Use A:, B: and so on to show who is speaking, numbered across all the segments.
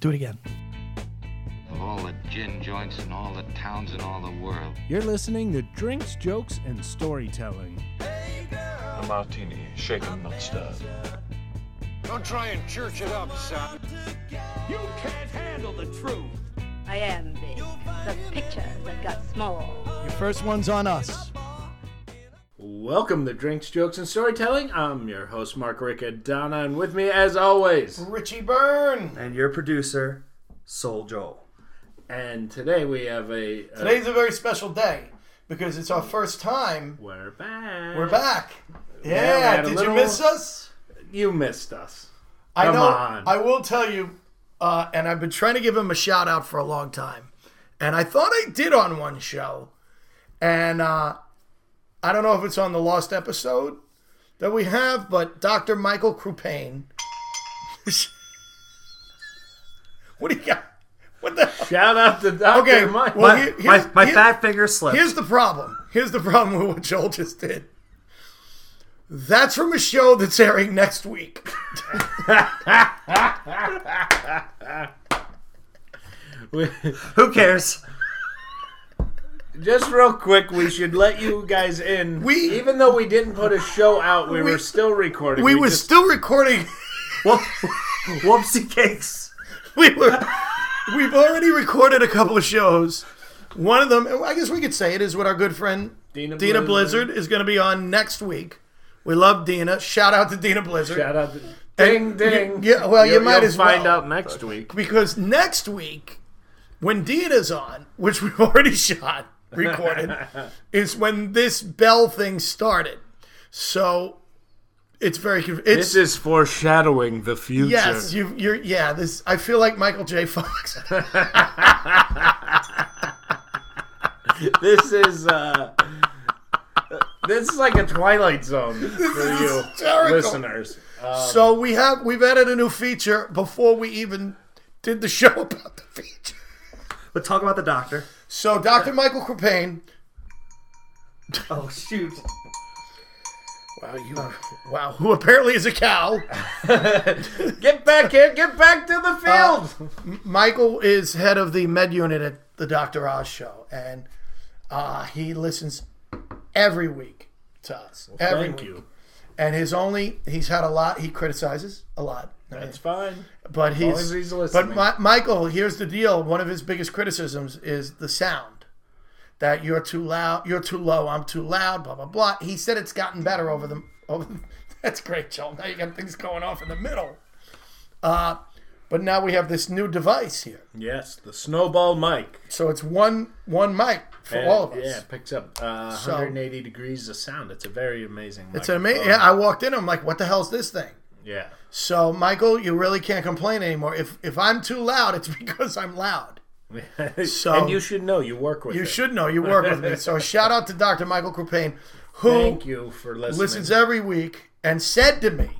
A: Do it again.
B: Of all the gin joints in all the towns in all the world.
C: You're listening to Drinks, Jokes, and Storytelling.
D: A martini, shaken, not stirred.
E: Don't try and church it up, son.
F: You can't handle the truth.
G: I am big. The pictures have got small.
A: Your first one's on us.
C: Welcome to Drinks, Jokes, and Storytelling. I'm your host, Mark Riccadonna, and with me, as always,
E: Richie Byrne.
H: and your producer, Soul Joel.
C: and today we have a. a-
E: Today's a very special day because it's our first time
C: we're back.
E: we're back.
C: we
E: Yeah,
C: had a
E: did
C: little-
E: you miss us?
C: You missed us.
E: I
C: Come
E: know.
C: on.
E: I will tell you, uh, and I've been trying to give him a shout out for a long time, and I thought I did on one show, and uh, I don't know if it's on the lost episode that we have, but Dr. Michael Crupane. what do you got? What the? hell?
C: Shout out to Dr.
E: Okay,
C: Mike.
E: well,
C: My-
E: here- here's-
H: My, my
E: here-
H: fat finger slipped.
E: Here's the problem. Here's the problem with what Joel just did. That's from a show that's airing next week.
C: we-
H: Who cares?
C: Just real quick, we should let you guys in.
E: We-
C: even though we didn't put a show out, we,
E: We-
C: were still recording.
E: We were
C: just-
E: still recording.
H: Whoop, whoopsie cakes.
E: We were. We've already recorded a couple of shows. One of them, I guess we could say it, is with our good friend
C: Dina
E: Dina, Blizzard. is going to be on next week. We love Dina. Shout out to Dina Blizzard.
C: shout out. To, ding
E: you-
C: ding.
E: yeah, well, you
C: You'll-
E: might
C: you'll
E: as well.
C: find out next week.
E: because next week, when Dina's on, which we've already shot, recorded, is when this bell thing started. So it's very conf- it's
C: This is foreshadowing the future.
E: yes, you you're yeah, this I feel like Michael J. Fox.
H: Um,
C: This is. Uh, this is like a Twilight Zone for you
E: hysterical.
C: listeners.
E: so we have we've added a new feature before we even did the show about the feature.
H: But talk about the doctor.
E: So Dr. Michael Crepane,
H: Oh shoot.
E: wow, you wow, who apparently is a cow.
C: Get back here! Get back to the field.
E: Uh, Michael is head of the med unit at the Dr. Oz show, and uh, he listens every week to us. every
C: Thank
E: week.
C: you.
E: And his only, he's had a lot, he criticizes a lot.
C: That's fine.
E: But he's,
C: as he's
E: but
C: listening.
E: Mi- Michael, here's the deal. One of his biggest criticisms is the sound. That you're too loud, you're too low, I'm too loud, blah blah blah. He said it's gotten better over the. Over, that's great, Joel. Now you got things going off in the middle. Uh, but now we have this new device here,
C: Yes, the snowball mic.
E: so it's one one mic for
C: And,
E: all of us.
C: Yeah, it picks up uh,
E: So-
C: 180 degrees of sound. It's a very amazing.
E: It's amazing.
C: microphone.
E: Yeah, I walked in. I'm like, what the hell's this thing?
C: Yeah.
E: So, Michael, you really can't complain anymore. If if I'm too loud, it's because I'm loud. So-
C: and you should know you work with.
E: You
C: it.
E: should know. You work with me. So, shout out to Dr. Michael Crepane, who
C: Thank you for listening.
E: listens every week and said to me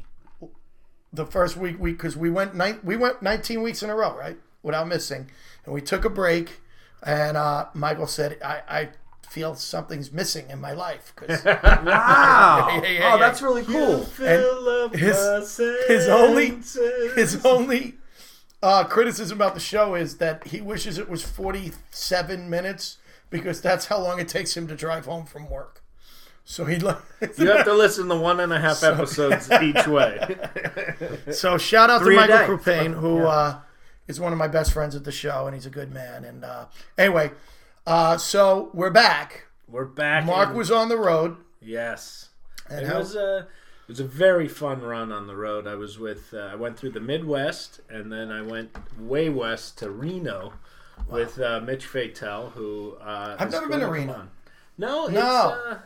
E: the first week we because we went nine we went 19 weeks in a row right without missing and we took a break and uh, michael said i i feel something's missing in my life 'cause
H: Wow.
E: Yeah, yeah, yeah.
H: Oh, that's really cool.
E: and his, his only his only uh, criticism about the show is that he wishes it was 47 minutes because that's how long it takes him to drive home from work so he like
C: You have to listen to one and a half episodes each way.
E: So shout out to
H: Three a
E: Michael
H: day.
E: Crupane, who uh, is one of my best friends at the show, and he's a good man. And uh, anyway, uh, so we're back.
C: We're back.
E: Mark
C: in-
E: was on the road.
C: yes.
E: And
C: it
E: how-
C: was uh, a it was a very fun run on the road. I was with uh, I went through the Midwest and then I went way west to Reno with uh, Mitch Fatel, who uh,
E: I've
C: is
E: never been to
C: going
E: Reno.
C: on. No, it's,
E: No.
C: Uh,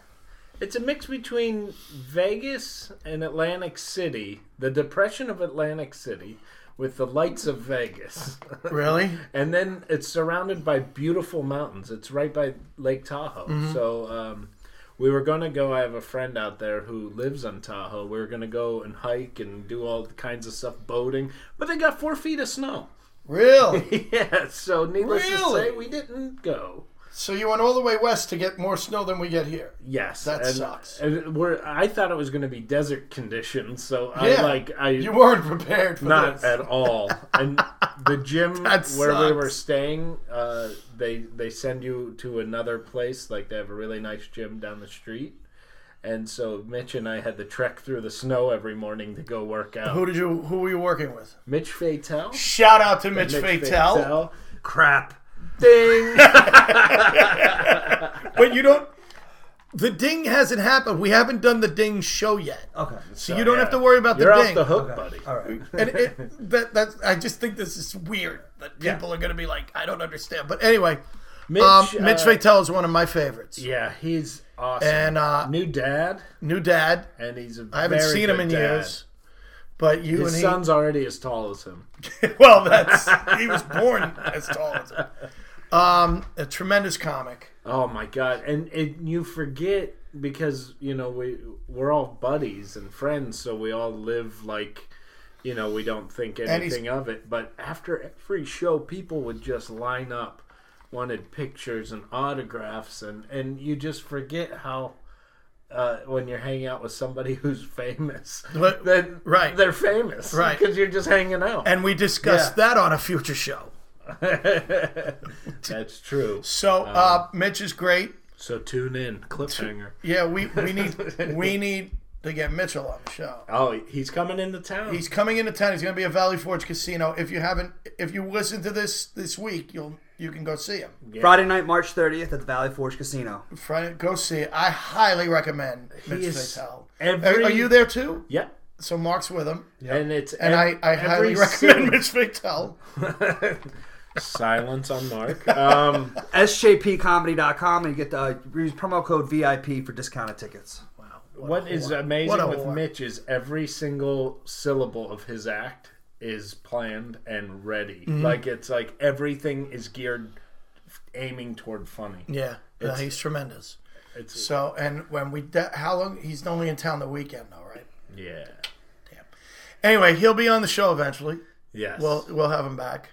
C: it's a mix between Vegas and Atlantic City, the depression of Atlantic City, with the lights of Vegas.
E: Really?
C: And then it's surrounded by beautiful mountains. It's right by Lake Tahoe.
E: Mm-hmm.
C: So um, we were going to go. I have a friend out there who lives on Tahoe. We were going to go and hike and do all kinds of stuff, boating. But they got four feet of snow.
E: Really?
C: yeah. So needless to
E: Really?
C: say, we didn't go.
E: So you went all the way west to get more snow than we get here.
C: Yes,
E: That
C: and-
E: sucks.
C: And we're, I thought it was going to be desert conditions, so I
E: Yeah.
C: like I
E: You weren't prepared for
C: not
E: this.
C: at all. And the gym
E: That
C: where we
E: sucks.
C: were staying, uh, they they send you to another place. Like they have a really nice gym down the street, and so Mitch and I had to trek through the snow every morning to go work out.
E: Who did you? Who were you working with?
C: Mitch Fatel.
E: Shout out to Mitch, Fatel.
H: Crap.
C: Ding.
E: But you don't. The ding hasn't happened. We haven't done the ding show yet,
H: Okay.
E: so you don't
C: yeah.
E: have to worry about
C: You're
E: the
C: off
E: ding.
C: the hook,
H: Okay.
C: buddy.
H: All right.
E: and it, that, that's, I just think this is weird that
H: Yeah.
E: people are going to be like, I don't understand. But anyway,
C: Mitch,
E: um, Mitch
C: uh,
E: Fatel is one of my favorites.
C: Yeah, he's awesome.
E: And uh,
C: New dad,
E: new dad.
C: and he's a
E: I haven't
C: very
E: seen him
C: good
E: in
C: dad.
E: years. But you
C: His
E: and
C: son's already as tall as him.
E: he, well, that's he was born as tall as him. Um, a tremendous comic.
C: Oh my god! And and you forget because you know we we're all buddies and friends, so we all live like you know we don't think
E: he's-
C: anything of it. But after every show, people would just line up, wanted pictures and autographs, and and you just forget how. Uh, when you're hanging out with somebody who's famous,
E: But-
C: that
E: right.
C: they're famous,
E: Right.
C: Because you're just hanging out.
E: And we discussed that on a future show.
C: That's true.
E: So uh,
C: Um.
E: Mitch is great.
C: So tune in, cliffhanger.
E: Yeah, we, we need we need to get Mitchell on the show.
C: Oh, he's coming into town.
E: He's coming into town. He's going to be at Valley Forge Casino. If you haven't, if you listen to this this week, you'll you can go see him.
H: Friday night, March 30th at the Valley Forge Casino.
E: Friday, go see it. I highly recommend Mitch
C: is
E: Fatel.
C: every-
E: Are, are you there too?
C: Yep.
E: So Mark's with him,
C: And it's
E: and I,
C: ev-
E: I highly
C: every
E: recommend
C: single-
E: Mitch Fatel.
C: silence on Mark. Um,
H: SJPcomedy.com and you get the uh, use promo code VIP for discounted tickets.
C: what is
E: What a
C: amazing with
E: whore.
C: Mitch is every single syllable of his act is planned and ready.
E: Mm-hmm.
C: Like it's like everything is geared, aiming toward funny.
E: Yeah, no, he's tremendous.
C: It's
E: So and when we de- how long he's only in town the weekend though, right?
C: yeah.
E: Anyway, he'll be on the show eventually.
C: Yes.
E: We'll we'll have him back.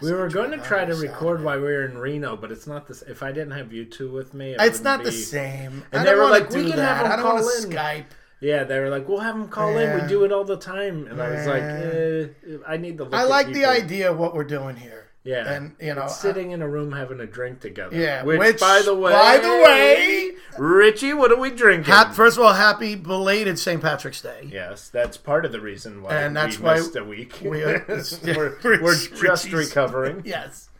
C: we were going to try to
E: Saturday.
C: record while we were in Reno, but it's not this. If I didn't have you two with me, it
E: It's
C: wouldn't
E: not the
C: be-
E: same.
C: And
E: I
C: they
E: don't
C: were
E: wanna
C: like,
E: do
C: "We can
E: that.
C: have him
E: I don't wanna
C: call in."
E: Skype.
C: Yeah, they were like, "We'll have him call in.
E: Yeah.
C: We do it all the time." And I was like,
E: Yeah.
C: eh, "I need to." Look
E: I
C: at
E: like
C: you
E: the
C: two.
E: idea of what we're doing here.
C: Yeah,
E: And, you know,
C: It's sitting in a room having a drink together.
E: Yeah,
C: which,
E: which,
C: by the way,
E: by the way-
C: Richie, what are we drinking?
E: Hap, first of all, happy belated St. Patrick's Day.
C: yes, that's part of the reason why
E: And that's
C: we
E: why
C: missed a week.
E: we
C: are
E: are-
C: we're, we're just
E: Richie's-
C: recovering.
E: Yes.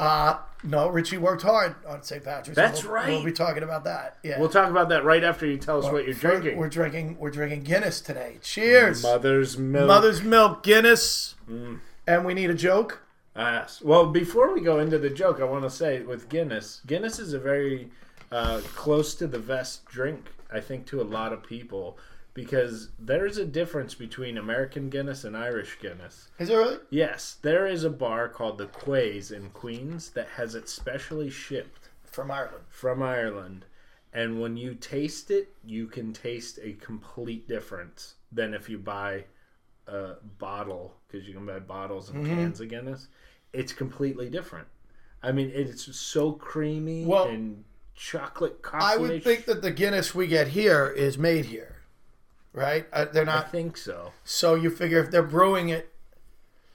E: Uh, no, Richie worked hard on St. Patrick's.
C: That's
E: We'll-
C: right.
E: We'll be talking about that. Yeah.
C: We'll talk about that right after you tell us what you're
E: We're-
C: drinking.
E: We're drinking. We're drinking Guinness today. Cheers.
C: Mother's milk.
E: Mother's milk Guinness.
C: Mm.
E: And we need a joke.
C: Yes. Well, before we go into the joke, I want to say with Guinness, Guinness is a very uh, close to the vest drink, I think, to a lot of people because there's a difference between American Guinness and Irish Guinness.
E: Is it really?
C: Yes, there is a bar called the Quays in Queens that has it specially shipped
E: From Ireland.
C: from Ireland. And when you taste it, you can taste a complete difference than if you buy a bottle, because you can buy bottles and
E: Mm-hmm.
C: cans of Guinness. It's completely different. I mean, it's so creamy
E: Well,
C: and chocolate coffee.
E: I would think that the Guinness we get here is made here, right? Uh, they're
C: I
E: not.
C: think so.
E: So you figure if they're brewing it,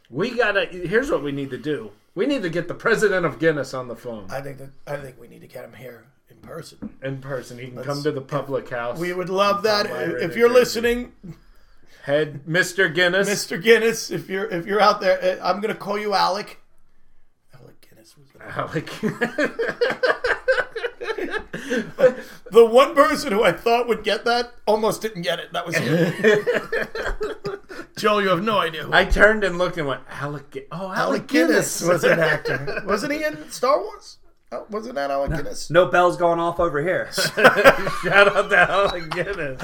C: We gotta. Here's what we need to do. We need to get the president of Guinness on the phone
E: I think that I think we need to get them here in person.
C: in person. He can come to the public house.
E: We would love that.
C: Somewhere in
E: If
C: New
E: you're
C: Jersey.
E: listening,
C: Head Mr. Guinness.
E: Mr. Guinness, if you're if you're out there, uh, I'm gonna call you Alec. Alec Guinness was the,
C: Alec.
E: the one person who I thought would get that. Almost didn't get it. That was you. Joe. You have no idea. Who
C: I turned and looked and went, Alec. Gu- Oh, Alec,
E: Alec
C: Guinness.
E: Guinness was an actor, wasn't he in Star Wars? Oh, wasn't that Alec Guinness?
H: No bells going off over here.
C: Shout out to Alec Guinness.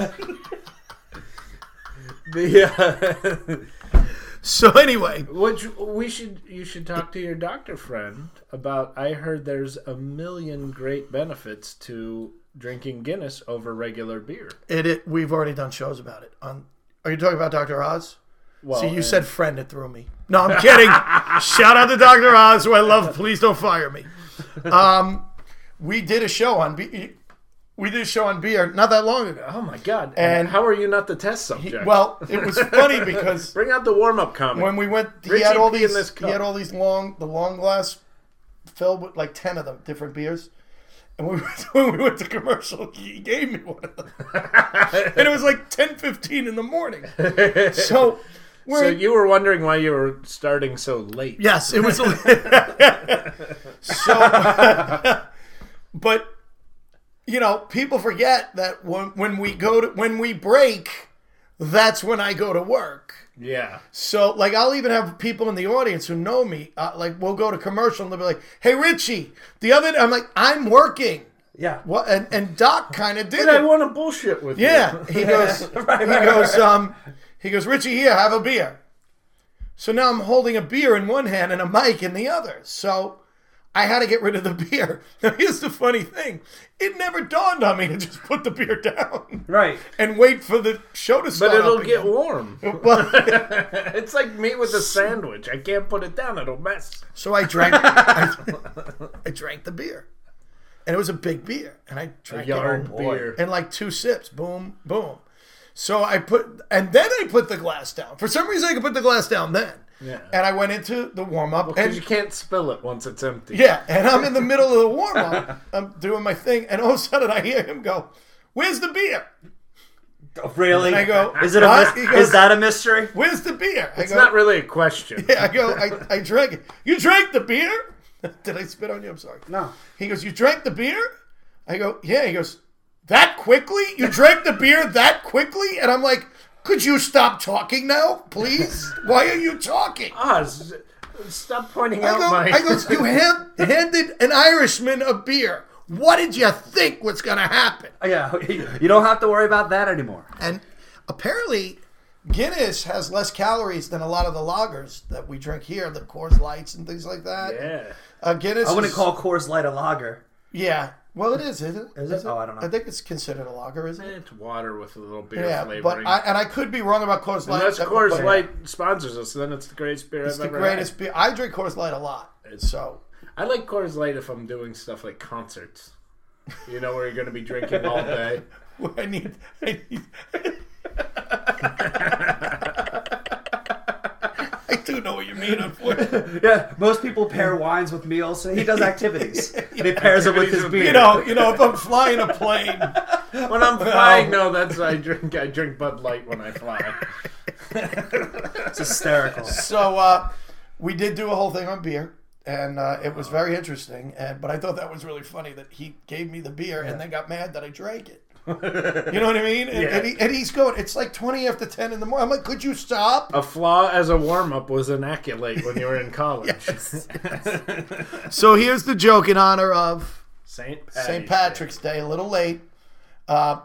C: the uh,
E: So anyway,
C: which we should you should talk to your doctor friend about. I heard there's a million great benefits to drinking Guinness over regular beer.
E: it, it we've already done shows about it. On are you talking about Dr. Oz?
C: Well,
E: See, you
C: and-
E: said friend, it threw me. No, I'm kidding. Shout out to Dr. Oz, who I love. Please don't fire me. Um, we did a show on be- we did a show on beer not that long ago.
C: Oh my god!
E: And-
C: And how are you not the test subject?
E: Well, it was funny because
C: bring out the warm up comic.
E: when we went, he
C: Richie
E: had all
C: P in
E: these.
C: this
E: he
C: cup.
E: had all these long, the long glass filled with like ten of them, different beers. And when we, when we went to commercial, he gave me one of them, and it was like ten fifteen in the morning. So we're
C: so you were wondering why you were starting so late.
E: yes, it was. so, but you know, people forget that when when we go to when we break, that's when I go to work.
C: Yeah.
E: So, like, I'll even have people in the audience who know me. Uh, like, we'll go to commercial and they'll be like, "Hey, Richie, the other," I'm like, "I'm working."
H: Yeah.
E: What? And, and Doc kind of did
C: But I
E: it.
C: want to bullshit with
E: Yeah, he goes. he
H: Right, right,
E: goes.
H: right.
E: Um, he goes. Richie, here, have a beer. So now I'm holding a beer in one hand and a mic in the other. So I had to get rid of the beer. Now here's the funny thing: it never dawned on me to just put the beer down
H: Right.
E: and wait for the show to
C: you.
E: start.
C: But it'll
E: up
C: get
E: again.
C: warm.
E: Well,
C: It's like meat with a sandwich. I can't put it down. It'll mess.
E: So I drank, I, I drank the beer, and it was a big beer, and I drank it all.
C: Yarn beer.
E: and like two sips, boom, boom. So I put, and then I put the glass down. For some reason, I could put the glass down then,
C: Yeah.
E: and I went into the warm up, and
C: Because you can't spill it once it's empty.
E: yeah, and I'm in the middle of the warm up, I'm doing my thing, and all of a sudden I hear him go, "Where's the beer?"
H: Oh, really?
E: I go,
H: Is it a
E: "What?"
H: mys-
E: He goes,
H: is that a mystery?
E: Where's the beer? I
C: It's
E: go,
C: not really a question.
E: Yeah, I go, I, I drank it. You drank the beer? Did I spit on you? I'm sorry.
H: No.
E: He goes, You drank the beer? I go, Yeah. He goes, That quickly? You drank the beer that quickly? And I'm like, Could you stop talking now, please? Why are you talking?
C: Oz, Ah, stop pointing
E: I
H: Oh
C: out
E: go,
C: my.
E: I goes, You hand, handed an Irishman a beer. What did you think was going to happen?
H: Oh, Yeah. You don't have to worry about that anymore.
E: And apparently, Guinness has less calories than a lot of the lagers that we drink here, the Coors Lights and things like that.
C: yeah.
E: Uh, Guinness.
H: I wouldn't
E: is-
H: call Coors Light a lager.
E: Yeah. Well, it is, isn't it?
H: Is it? Oh, I don't know.
E: I think it's considered a lager, isn't it?
C: It's water with a little beer
E: Yeah,
C: flavoring.
E: but I, and I could be wrong about Coors Light.
C: Unless
E: but-
C: Coors
E: but
C: Light sponsors us, then it's the greatest beer
E: It's
C: I've
E: the
C: ever
E: greatest beer. I drink Coors Light a lot, so
C: had. I like Coors Light if I'm doing stuff like concerts. You know where you're going to be drinking all day.
E: I need. I need I do know what you mean. Unfortunately,
H: Yeah. Most people pair wines with meals, so he does activities. And he pairs it with his beer.
E: you know, you know, if I'm flying a plane,
C: When I'm flying, no, that's I drink. I drink Bud Light when I fly.
H: it's hysterical.
E: so uh, we did do a whole thing on beer, and uh, it was very interesting. And but I thought that was really funny that he gave me the beer and then got mad that I drank it. You know what I mean? And, and, he, and he's going. It's like twenty after ten in the morning. I'm like, could you stop?
C: A flaw as a warm up was an accolade when you were in college.
E: So here's the joke in honor of
C: Saint Patty's
E: St.
C: Day.
E: Patrick's Day, a little late, uh,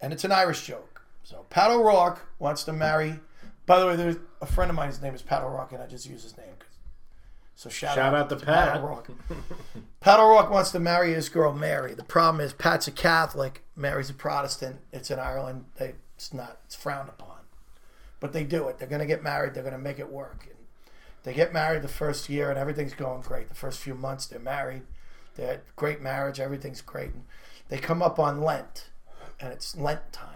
E: and it's an Irish joke. So Pat O'Rourke wants to marry. By the way, there's a friend of mine. His name is Pat O'Rourke, and I just use his name. 'cause- So shout,
C: Shout out to Pat.
E: O'Rourke. Pat O'Rourke wants to marry his girl Mary. The problem is Pat's a Catholic, Mary's a Protestant. It's in Ireland. They, it's not. It's frowned upon. But they do it. They're going to get married. They're going to make it work. And they get married the first year, and everything's going great. The first few months, they're married. They had great marriage. Everything's great. And they come up on Lent, and it's Lent time.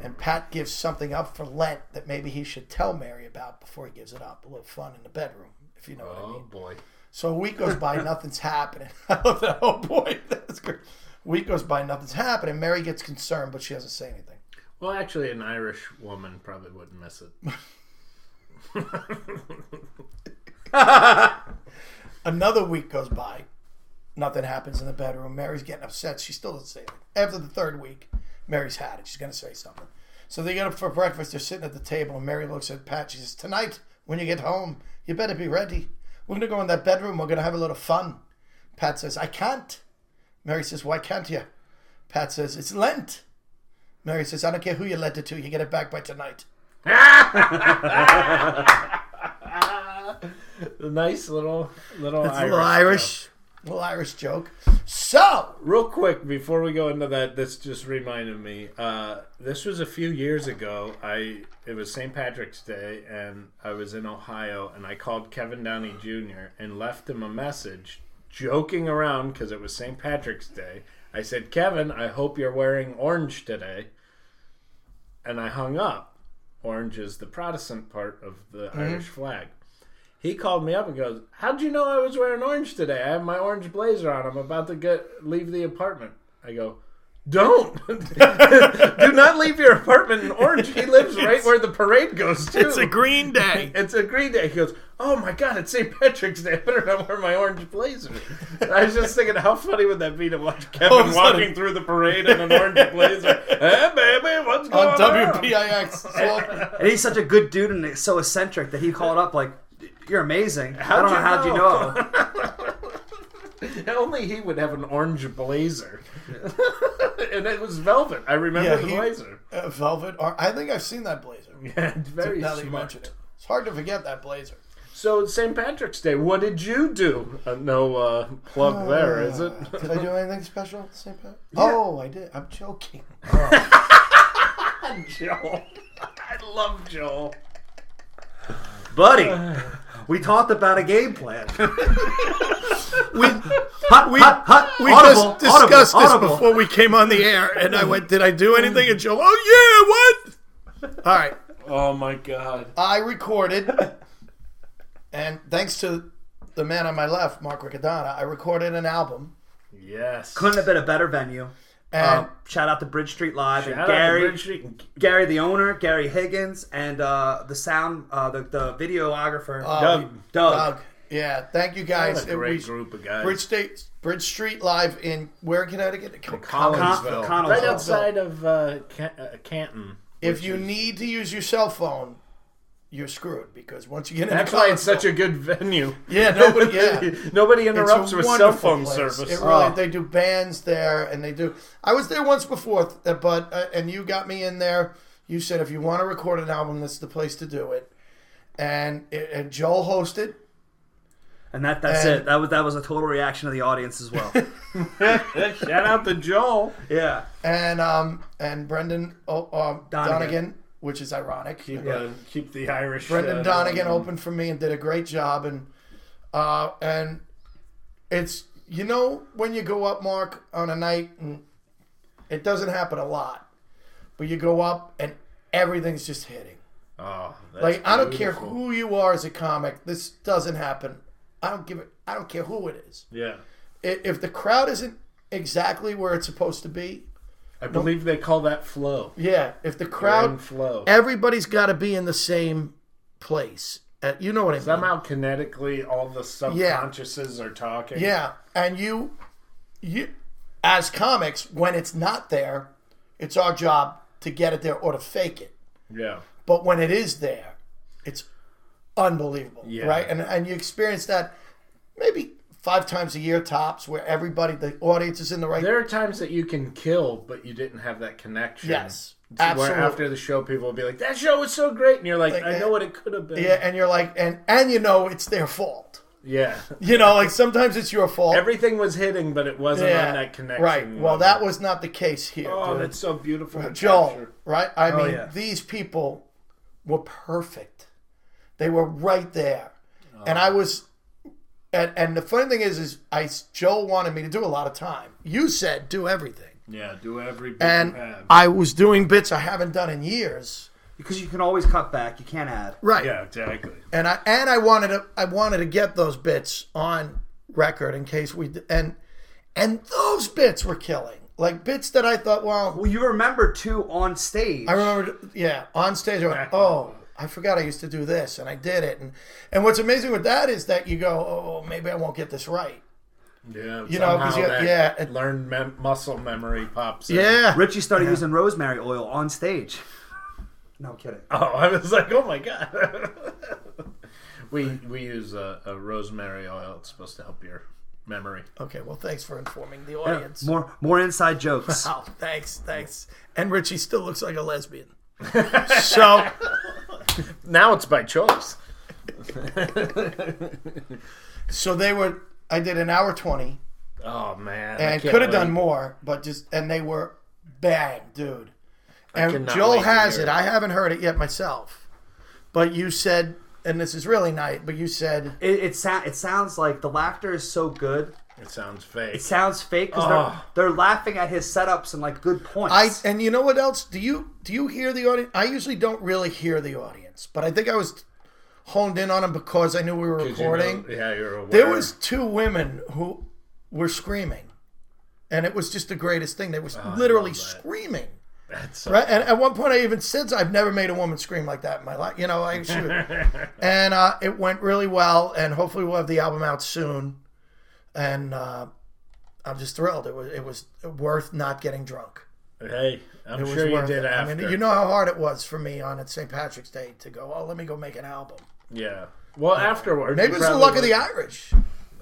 E: And Pat gives something up for Lent that maybe he should tell Mary about before he gives it up. A little fun in the bedroom, if you know what I mean.
C: Oh boy.
E: So a week goes by, nothing's happening. I love that. Oh boy, that's great. Week goes by, nothing's happening. Mary gets concerned, but she doesn't say anything.
C: Well, actually, an Irish woman probably wouldn't miss it.
E: Another week goes by, nothing happens in the bedroom. Mary's getting upset. She still doesn't say anything. After the third week, Mary's had it. She's going to say something. So they get up for breakfast. They're sitting at the table, and Mary looks at Pat. She says, "Tonight, when you get home, you better be ready. We're going to go in that bedroom. We're going to have a little fun." Pat says, "I can't." Mary says, "Why can't you?" Pat says, "It's Lent." Mary says, "I don't care who you lent it to. You get it back by tonight."
C: A nice little little
E: It's
C: Irish.
E: a little Irish, little Irish joke. So
C: Real quick before we go into that, this just reminded me. Uh, this was a few years ago. I it was St. Patrick's Day, and I was in Ohio, and I called Kevin Downey Jr. and left him a message joking around because it was St. Patrick's Day. I said, Kevin, I hope you're wearing orange today. And I hung up. Orange is the Protestant part of the
A: Mm-hmm.
C: Irish flag. He called me up and goes, How'd you know I was wearing orange today? I have my orange blazer on. I'm about to get leave the apartment. I go, Don't do not leave your apartment in orange. He lives right where the parade goes to.
A: It's a green day.
C: It's a green day. He goes, Oh my God, it's St. Patrick's Day. I better not wear my orange blazer. And I was just thinking, how funny would that be to watch Kevin
A: All of a sudden-
C: walking through the parade in an orange blazer? hey, baby, what's going
E: on
C: on?
E: WPIX. Slow-
H: And he's such a good dude and it's so eccentric that he called up like, "You're amazing." I don't know how'd
C: you
H: you know.
C: Only he would have an orange blazer. and it was velvet. I remember
E: Yeah,
C: the
E: he-
C: blazer.
E: uh, Velvet. Or, I think I've seen that blazer.
C: Yeah, it's very
E: now that you
C: smart.
E: mention it, it's hard to forget that blazer.
C: So it's St. Patrick's Day. What did you do? Uh, no uh, plug there, is it?
E: Uh, Did I do anything special, St. Pat? Oh, I did. I'm joking.
C: Joel. I love Joel.
H: Buddy, we talked about a game plan. we hot, we hot, hot,
A: We
H: audible,
A: just discussed this
H: audible, audible.
A: before we came on the air, and I went, "Did I do anything?" And Joe, "Oh yeah,
E: All right.
C: Oh my God.
E: I recorded, and thanks to the man on my left, Mark Riccadonna, I recorded an album.
C: Yes.
H: Couldn't have been a better venue.
C: Oh.
E: And
H: Um, shout out to Bridge Street Live and
C: Shout out to
H: Gary,
C: Bridge Street and
H: Gary the owner, Gary Higgins, and uh, the sound, uh, the, the videographer,
C: Doug.
H: Doug.
E: Doug, uh, yeah, thank you guys.
C: What
E: It
C: a great
E: was
C: group of guys.
E: Bridge State, Bridge Street Live in where Connecticut?
C: Collinsville.
H: Con- Collinsville.
C: Right outside of uh, Can- uh, Canton.
E: If you need to use your cell phone, you're screwed because once you get in
C: That's
E: the
C: why it's such a good venue.
E: yeah, nobody, yeah.
C: Nobody
E: It's a
C: interrupts with cell
E: wonderful
C: phone
E: place.
C: service.
E: It
C: Oh.
E: really, they do bands there, and they do. I was there once before, th- but uh, and you got me in there. You said if you want to record an album, this is the place to do it. And it, and Joel hosted.
H: And that, that's
E: And-
H: it. That was that was a total reaction of the audience as well.
C: Shout out to Joel.
H: yeah.
E: and um and Brendan oh, um, Donegan.
H: Donegan.
E: which is ironic.
C: Keep, uh, keep the Irish.
E: Brendan
C: uh,
E: Donegan opened for me and did a great job, and uh, and it's you know when you go up, Mark, on a night, and it doesn't happen a lot, but you go up and everything's just hitting.
C: Oh, that's
E: Like I don't care
C: beautiful.
E: who you are as a comic, this doesn't happen. I don't give it. I don't care who it is.
C: Yeah.
E: I- If the crowd isn't exactly where it's supposed to be,
C: I believe they call that flow.
E: yeah. If the
C: Crowd
E: crowd
C: flow.
E: everybody's got to be in the same place. Uh, you know what I mean?
C: Somehow kinetically, all the subconsciouses are talking.
E: Yeah, and you, you, as comics, when it's not there, it's our job to get it there or to fake it.
C: Yeah.
E: But when it is there, it's unbelievable,
C: Yeah.
E: right? And and you experience that maybe five times a year tops, where everybody, the audience is in the right.
C: There are times that you can kill, but you didn't have that connection.
E: Yes,
C: Where
E: absolutely.
C: after the show, people will be like, "That show was so great," and you're like,
E: Like, eh.
C: "I know what it could have been."
E: yeah, and you're like, and and you know it's their fault.
C: Yeah.
E: You know, like sometimes it's your fault.
C: Everything was hitting, but it wasn't on that connection.
E: Right. Well,
C: level.
E: that was not the case here.
C: Oh,
E: dude.
C: that's so beautiful. to
E: Joel,
C: capture.
E: right? I mean,
H: yeah.
E: these people were perfect. They were right there, and I was. And, and the funny thing is, is I Joel wanted me to do a lot of time. You said do everything,
C: Yeah, do every bit
E: and
C: you have.
E: I was doing bits I haven't done in years.
H: Because you can always cut back. You can't add.
E: Right.
C: yeah, exactly.
E: And I and I wanted to I wanted to get those bits on record in case we d- and and those bits were killing like bits that I thought well
H: Well, you remember too on stage.
E: I remember, yeah, on stage, I went, oh, I forgot I used to do this, and I did it. And and what's amazing with that is that you go, oh, maybe I won't get this right.
C: Yeah,
E: You know, 'cause
C: somehow
E: you-
C: that
E: yeah, it-
C: learned mem- muscle memory pops. in.
H: Richie started using rosemary oil on stage. No I'm kidding.
C: Oh, I was like, oh my god. we we use a, a rosemary oil. It's supposed to help your memory.
E: Okay, well, thanks for informing the audience.
H: More more inside jokes.
E: Wow, thanks, thanks. And Richie still looks like a lesbian. so,
C: Now it's by choice.
E: so they were. I did an hour twenty,
C: Oh man, I
E: and
C: can't
E: could have
C: wait.
E: done more, but just and they were bang, dude. And
C: cannot
E: Joel
C: wait to
E: has
C: hear
E: it.
C: it.
E: I haven't heard it yet myself, but you said and this is really night, but you said
H: It, it, sa- it sounds like the laughter is so good.
C: It sounds fake.
H: It sounds fake because
C: Ugh.
H: they're, they're laughing at his setups and like good points.
E: Oh. I and you know what else? Do you do you hear the audience? I usually don't really hear the audience, but I think I was honed in on them because I knew we were
C: 'Cause you know-
E: recording.
C: yeah, you're aware.
E: There was two women who were screaming, and it was just the greatest thing. They was
C: Oh,
E: literally screaming.
C: That's
E: Right, and at one point I even said, "I've never made a woman scream like that in my life." You know, I shoot, and uh, it went really well, and hopefully we'll have the album out soon. And uh, I'm just thrilled. It was it was worth not getting drunk.
C: Hey, I'm
E: It was
C: sure you
E: worth
C: did
E: it.
C: after.
E: I mean, you know how hard it was for me on St. Patrick's Day to go. Oh, let me go make an album.
C: Yeah. Well, afterward.
E: Maybe
C: you
E: it's the
C: probably
E: luck of the
C: went-
E: Irish,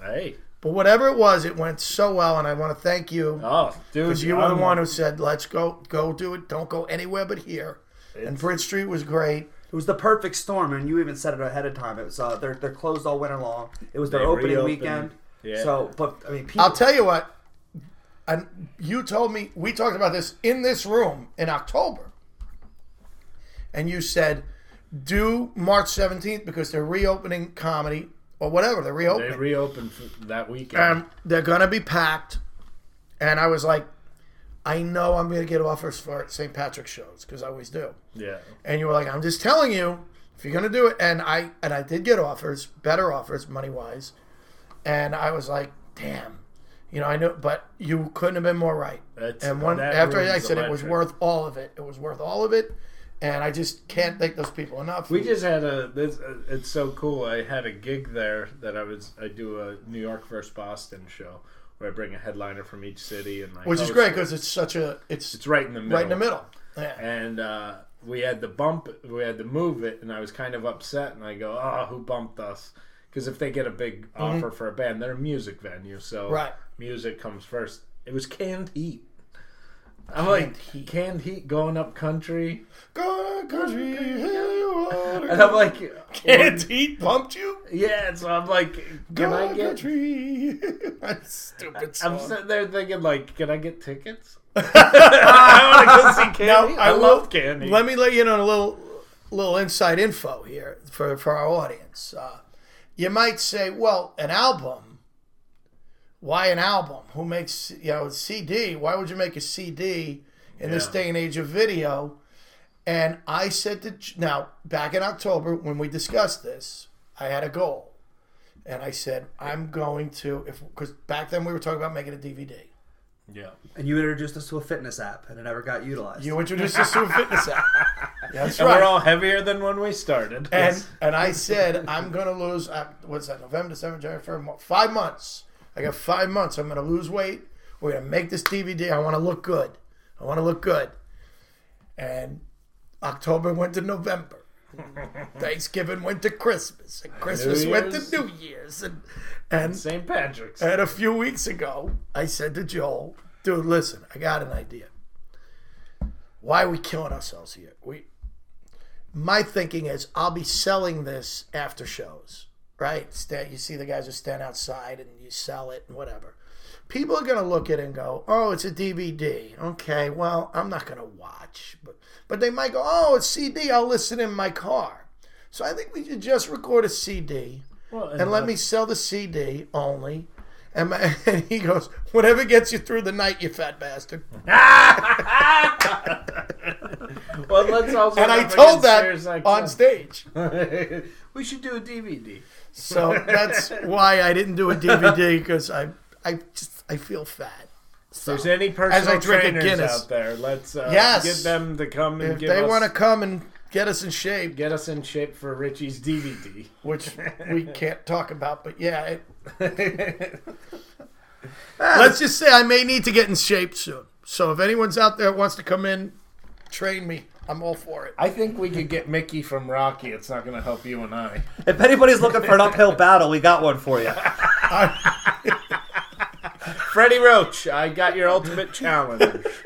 C: Hey.
E: but whatever it was, it went so well, and I want to thank you
C: Oh, dude.
E: because you were the
C: I'm-
E: Uh, one who said, "Let's go, go do it. Don't go anywhere but here." And Bridge Street was great.
H: It was the perfect storm, and you even said it ahead of time. It was uh, they're they're closed all winter long. It was their
C: They
H: opening
C: reopened.
H: weekend.
C: Yeah.
H: So, but I mean, people,
E: I'll tell you what. And you told me we talked about this in this room in October, and you said do March seventeenth because they're reopening comedy or whatever they're reopening.
C: They reopened for that weekend.
E: um, they're gonna be packed. And I was like, I know I'm gonna get offers for St. Patrick's shows because I always do.
C: yeah.
E: And you were like, I'm just telling you if you're gonna do it. And I and I did get offers, better offers money wise. And I was like, damn, you know, I knew, but you couldn't have been more right.
C: That's-
E: and one
C: that
E: after
C: room's
E: I said it was
C: electric.
E: worth all of it. It was worth all of it. And I just can't thank those people enough.
C: We just had a. This, uh, it's so cool. I had a gig there that I was. I do a New York versus Boston show where I bring a headliner from each city and I
E: which is
C: host-
E: great because it's such a it's,
C: It's right in the middle.
E: right in the middle. Yeah.
C: and uh, we had to bump, we had to move it, and I was kind of upset, and I go, "Ah, who bumped us?" Because if they get a big offer for a band, they're a music venue, so
E: Mm-hmm. Right.
C: music comes first. It was canned heat. I'm like canned heat going up country,
E: Go to country, hey, water.
C: and I'm like,
E: Can't eat pumped you?
C: yeah. So I'm like, can I get?
E: country. That's stupid song.
C: I'm sitting there thinking, like, can I get tickets? I want to go see Candy. I,
E: will-
C: love Candy.
E: Let me let you know a little little inside info here for, for our audience. Uh, you might say, well, an album. Why an album? Who makes you know a CD? Why would you make a CD in this
C: Yeah.
E: day and age of video? And I said to J- now back in October when we discussed this, I had a goal, and I said I'm going to if because back then we were talking about making a DVD.
C: yeah,
H: and you introduced us to a fitness app, and it never got utilized.
E: You introduced us to a fitness app. That's
C: and
E: right.
C: we're all heavier than when we started.
E: and and I said I'm gonna lose. Uh, what's that? November, December, January, February, March. Five months. I got five months. I'm gonna lose weight. We're gonna make this DVD. I want to look good. I want to look good. And October went to November. Thanksgiving went to Christmas, and Christmas went to
C: Year's.
E: New Year's, and and
C: St. Patrick's.
E: and a few weeks ago, I said to Joel, dude, listen, I got an idea. Why are we killing ourselves here? We my thinking is I'll be selling this after shows. Right? Stand, you see the guys who stand outside and you sell it and whatever. People are gonna look at it and go, Oh, it's a DVD. Okay, well, I'm not gonna watch, but but they might go, Oh, it's CD, I'll listen in my car. So I think we should just record a CD
C: Well,
E: and let me sell the CD only. And, my, and he goes, whatever gets you through the night, you fat bastard.
C: Well, let's also.
E: And I
C: not
E: told
C: forget
E: that
C: Sarah's like,
E: on stage.
C: we should do a DVD.
E: So that's why I didn't do a DVD because I, I just I feel fat. So
C: If there's any personal
E: As I drink a
C: trainers
E: Guinness.
C: out there, let's uh,
E: Yes.
C: get them to come and
E: if
C: give
E: they
C: us,
E: want to come and get us in shape,
C: get us in shape for Richie's DVD.
E: which we can't talk about, but yeah, it,
C: That's
E: let's just say I may need to get in shape soon. So if anyone's out there that wants to come in, train me. I'm all for it.
C: I think we could get Mickey from Rocky. It's not going to help you and I.
H: if anybody's looking for an uphill battle, we got one for you.
C: Freddie Roach, I got your ultimate challenge.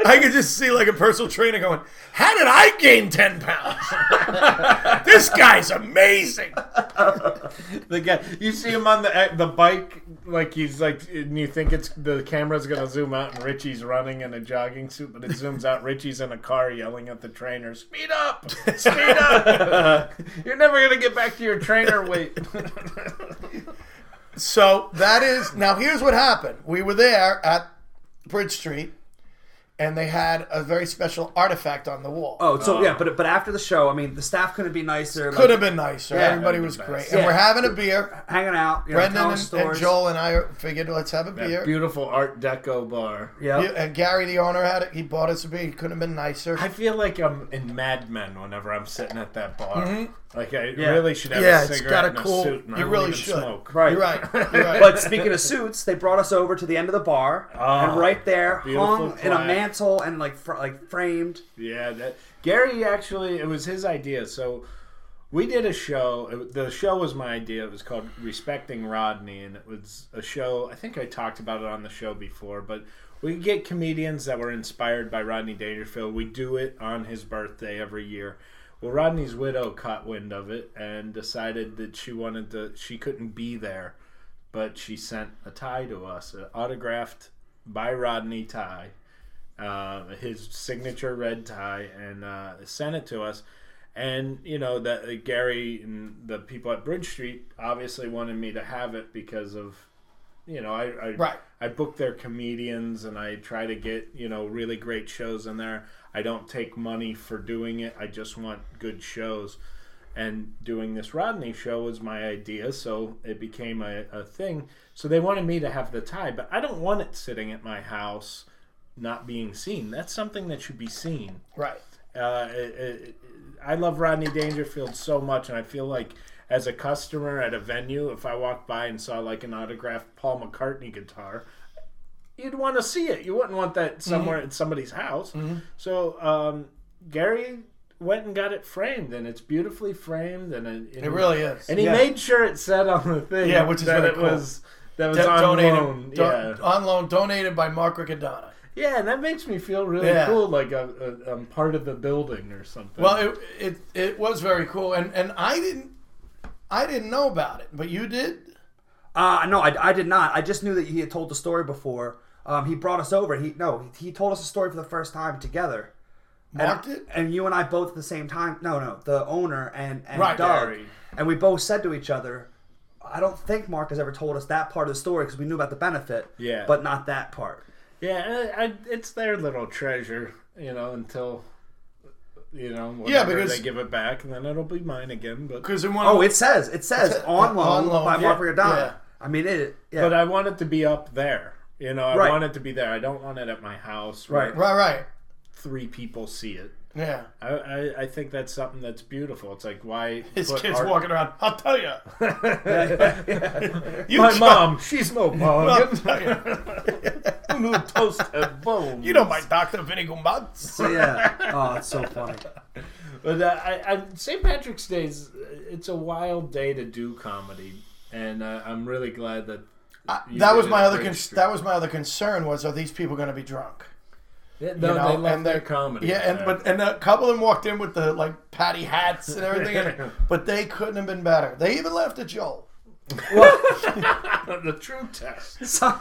E: I could just see like a personal trainer going, "How did I gain ten pounds? this guy's amazing."
C: The guy, you see him on the the bike, like he's like, and you think it's the camera's gonna zoom out, and Richie's running in a jogging suit, but it zooms out. Richie's in a car yelling at the trainer, "Speed up, speed up! You're never gonna get back to your trainer weight."
E: So that is now. Here's what happened. We were there at Bridge Street, and they had a very special artifact on the wall.
H: Oh, so yeah, but but after the show, I mean, the staff couldn't be nicer.
E: could
H: like,
E: have been nicer.
H: Yeah,
E: Everybody
C: that'd
E: was
C: been
E: great,
C: nice.
E: and
H: Yeah.
E: we're having a beer.
H: hanging out. You know,
E: Brendan
H: telling
E: and, and
H: stories.
E: Joel and I figured let's have a beer.
C: Beautiful Art Deco bar.
H: Yeah.
E: You- And Gary, the owner, had it. He bought us a beer. He couldn't have been nicer.
C: I feel like I'm in Mad Men whenever I'm sitting at that bar. Like I
H: Yeah.
C: really should have
E: Mm-hmm. Yeah,
C: a
E: it's
C: cigarette
E: gotta
C: and a
E: cool-
C: suit, and
E: you
C: I
E: really
C: really
E: should.
C: should smoke.
H: Right.
E: You're right. You're right.
H: But speaking of suits, they brought us over to the end of the bar, and right there,
C: beautiful
H: hung in a
C: plaque.
H: mantle and like fr- like framed.
C: Yeah, that Gary actually it was his idea. So we did a show. It, the show was my idea. It was called Respecting Rodney, and it was a show. I think I talked about it on the show before, but we get comedians that were inspired by Rodney Dangerfield. We do it on his birthday every year. Well, Rodney's widow caught wind of it and decided that she wanted to. She couldn't be there, but she sent a tie to us, an autographed by Rodney tie uh, his signature red tie and uh, sent it to us. And you know that uh, Gary and the people at Bridge Street obviously wanted me to have it because of, you know, I I,
E: Right.
C: I book their comedians and I try to get you know really great shows in there. I don't take money for doing it. I just want good shows. And doing this Rodney show was my idea, so it became a, a thing. So they wanted me to have the tie, but I don't want it sitting at my house not being seen. That's something that should be seen.
E: right.
C: Uh, it, it, I love Rodney Dangerfield so much, and I feel like as a customer at a venue, if I walked by and saw like an autographed Paul McCartney guitar, you'd want to see it. You wouldn't want that somewhere
E: Mm-hmm.
C: in somebody's house. So um, Gary went and got it framed, and it's beautifully framed, and it,
E: It really is.
C: And he
E: Yeah.
C: made sure it said on the thing,
E: Yeah, which is
C: that
E: really
C: it
E: cool.
C: was that was
E: Do-
C: on
E: donated,
C: loan.
E: do-
C: yeah.
E: on loan, donated by Mark Riccadonna.
C: Yeah, and that makes me feel really
E: Yeah.
C: cool, like I'm, uh, I'm part of the building or something.
E: Well, it, it it was very cool, and and I didn't I didn't know about it, but you did.
H: Uh, no, I, I did not. I just knew that he had told the story before. Um, he brought us over. He no, he, he told us the story for the first time together.
E: Marked
H: and,
E: it?
H: and you and I both at the same time. No, no, the owner and and
E: Right,
H: Doug,
C: Gary.
H: and we both said to each other, "I don't think Mark has ever told us that part of the story because we knew about the benefit,
C: Yeah.
H: but not that part."
C: yeah, I, I, it's their little treasure, you know, until you know, whenever
E: Yeah, because-
C: they give it back, and then it'll be mine again. But
E: Because in one
H: Oh,
E: of,
H: it says it says on loan,
E: on loan,
H: by
E: yeah,
H: Mark Riordan.
E: yeah.
H: I mean it. Yeah.
C: but I want it to be up there. You know, I
H: Right.
C: want it to be there. I don't want it at my house where
H: Right.
E: right, right,
C: three people see it.
E: yeah.
C: I, I, I think that's something that's beautiful. It's like why
E: His
C: put
E: kids
C: art-
E: walking around. I'll tell you. you
C: My
E: try-
C: mom, she's no
E: I'll
C: mom.
E: tell you.
C: Who toast and bone?
E: You know my doctor, Vinny Gumbatz.
H: so yeah. Oh, it's so funny.
C: But uh, I, I, St. Patrick's Day is it's a wild day to do comedy, and uh, I'm really glad that you
E: That
C: did
E: was
C: it
E: my
C: at
E: other
C: Bridge
E: con-
C: Street.
E: that was my other concern was are these people going to be drunk?
C: yeah,
E: You
C: no,
E: know,
C: they love
E: and
C: their
E: they-
C: comedy. Uh,
E: Yeah, and
C: there.
E: but and a couple of them walked in with the like patty hats and everything, and- but they couldn't have been better. They even laughed at Joel.
C: the true test.
H: So-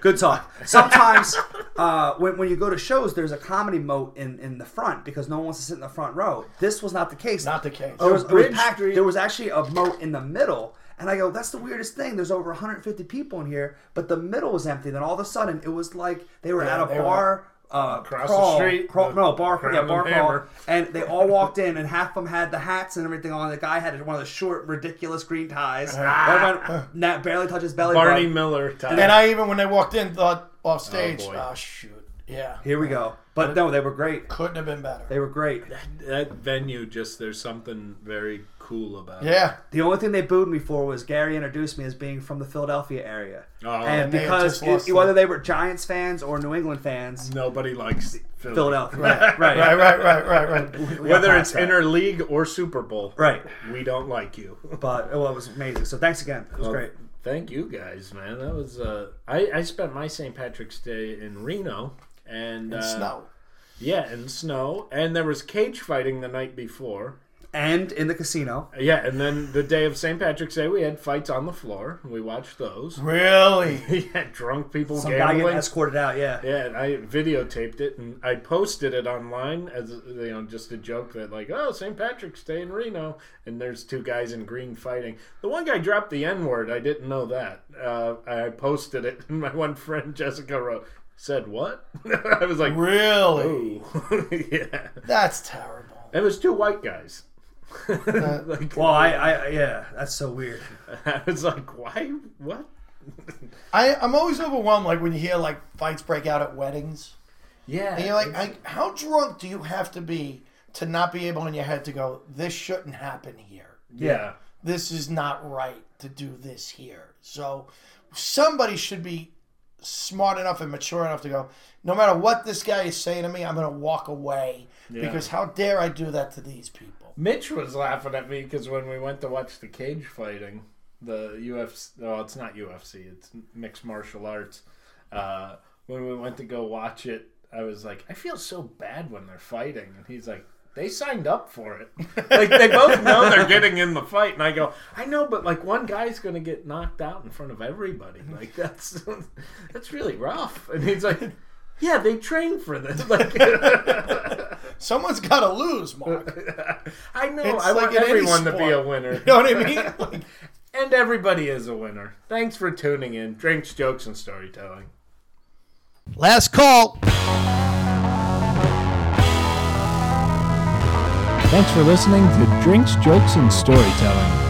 H: good talk. Sometimes uh, when, when you go to shows, there's a comedy moat in, in the front because no one wants to sit in the front row. This was not the case.
E: Not the case.
C: Oh,
H: There was, it was
C: Bridge
H: packed-
C: Street-
H: there was actually a moat in the middle. And I go, that's the weirdest thing. There's over 150 people in here, but the middle was empty. Then all of a sudden, it was like they were at a
E: they were-
H: bar. Uh,
C: Across the
H: crawl,
C: street,
H: crawl-
C: the
H: no bar,
C: Crown
H: yeah,
C: and
H: bar crawl,
C: Hammer.
H: and they all walked in, and half of them had the hats and everything on. The guy had one of the short, ridiculous green ties. Everyone- that barely touches belly.
C: Ah. Barney
H: button.
C: Miller. Type.
E: And I even when they walked in thought off stage,
C: boy.
E: oh, shoot, yeah,
H: Here we go. But no, they were great.
E: couldn't have been better.
H: They were great.
C: that venue just there's something very cool about it.
E: Yeah,
H: The only thing they booed me for was Gary introduced me as being from the Philadelphia area.
C: Oh.
H: and
E: And they had
H: because
E: just lost
H: it- whether they were Giants fans or New England fans,
C: Nobody likes Philly.
H: Philadelphia. Right, right,
E: right, right, right, right, right.
H: We got
C: Whether
H: past
C: it's
H: that.
C: inner league or Super Bowl,
H: Right.
C: We don't like you.
H: But well, it was amazing. So thanks again. It was great.
C: Thank you guys, man. That was uh, I, I spent my St. Patrick's Day in Reno and uh,
E: Snow.
C: Yeah, and snow, and there was cage fighting the night before.
H: And in the casino.
C: Yeah, and then the day of St. Patrick's Day, we had fights on the floor. We watched those.
E: Really?
C: yeah, drunk people
H: Some guy
C: gambling.
H: getting escorted out, yeah.
C: Yeah, and I videotaped it and I posted it online as you know, just a joke that like, oh, St. Patrick's Day in Reno, and there's two guys in green fighting. The one guy dropped the N word. I didn't know that. Uh, I posted it, and my one friend Jessica wrote, "Said what?" I was like,
E: Really?
C: "Ooh, yeah."
E: That's terrible.
C: It was two white guys.
E: Uh,
C: like,
H: Well, I, I, yeah, that's so weird.
C: I was like, why? What?
E: I, I'm always overwhelmed, like when you hear like fights break out at weddings,
C: Yeah.
E: and you're like, I, how drunk do you have to be to not be able in your head to go, this shouldn't happen here.
C: yeah.
E: This is not right to do this here. So somebody should be smart enough and mature enough to go, no matter what this guy is saying to me, I'm going to walk away because how dare I do that to these people?
C: Mitch was laughing at me because when we went to watch the cage fighting, the UFC, well, it's not UFC, it's mixed martial arts. Uh, when we went to go watch it, I was like, I feel so bad when they're fighting. And he's like, they signed up for it. like, they both know they're getting in the fight. And I go, I know, but like, one guy's going to get knocked out in front of everybody. Like, that's that's really rough. And he's like, yeah, they trained for this. Like,
E: Someone's got to lose, Mark.
C: I know.
E: It's
C: I
E: like
C: want
E: in any
C: everyone to be
E: sport.
C: a winner.
E: You know what I mean? Like,
C: And everybody is a winner. Thanks for tuning in. Drinks, jokes, and storytelling.
E: Last call.
I: Thanks for listening to Drinks, Jokes, and Storytelling.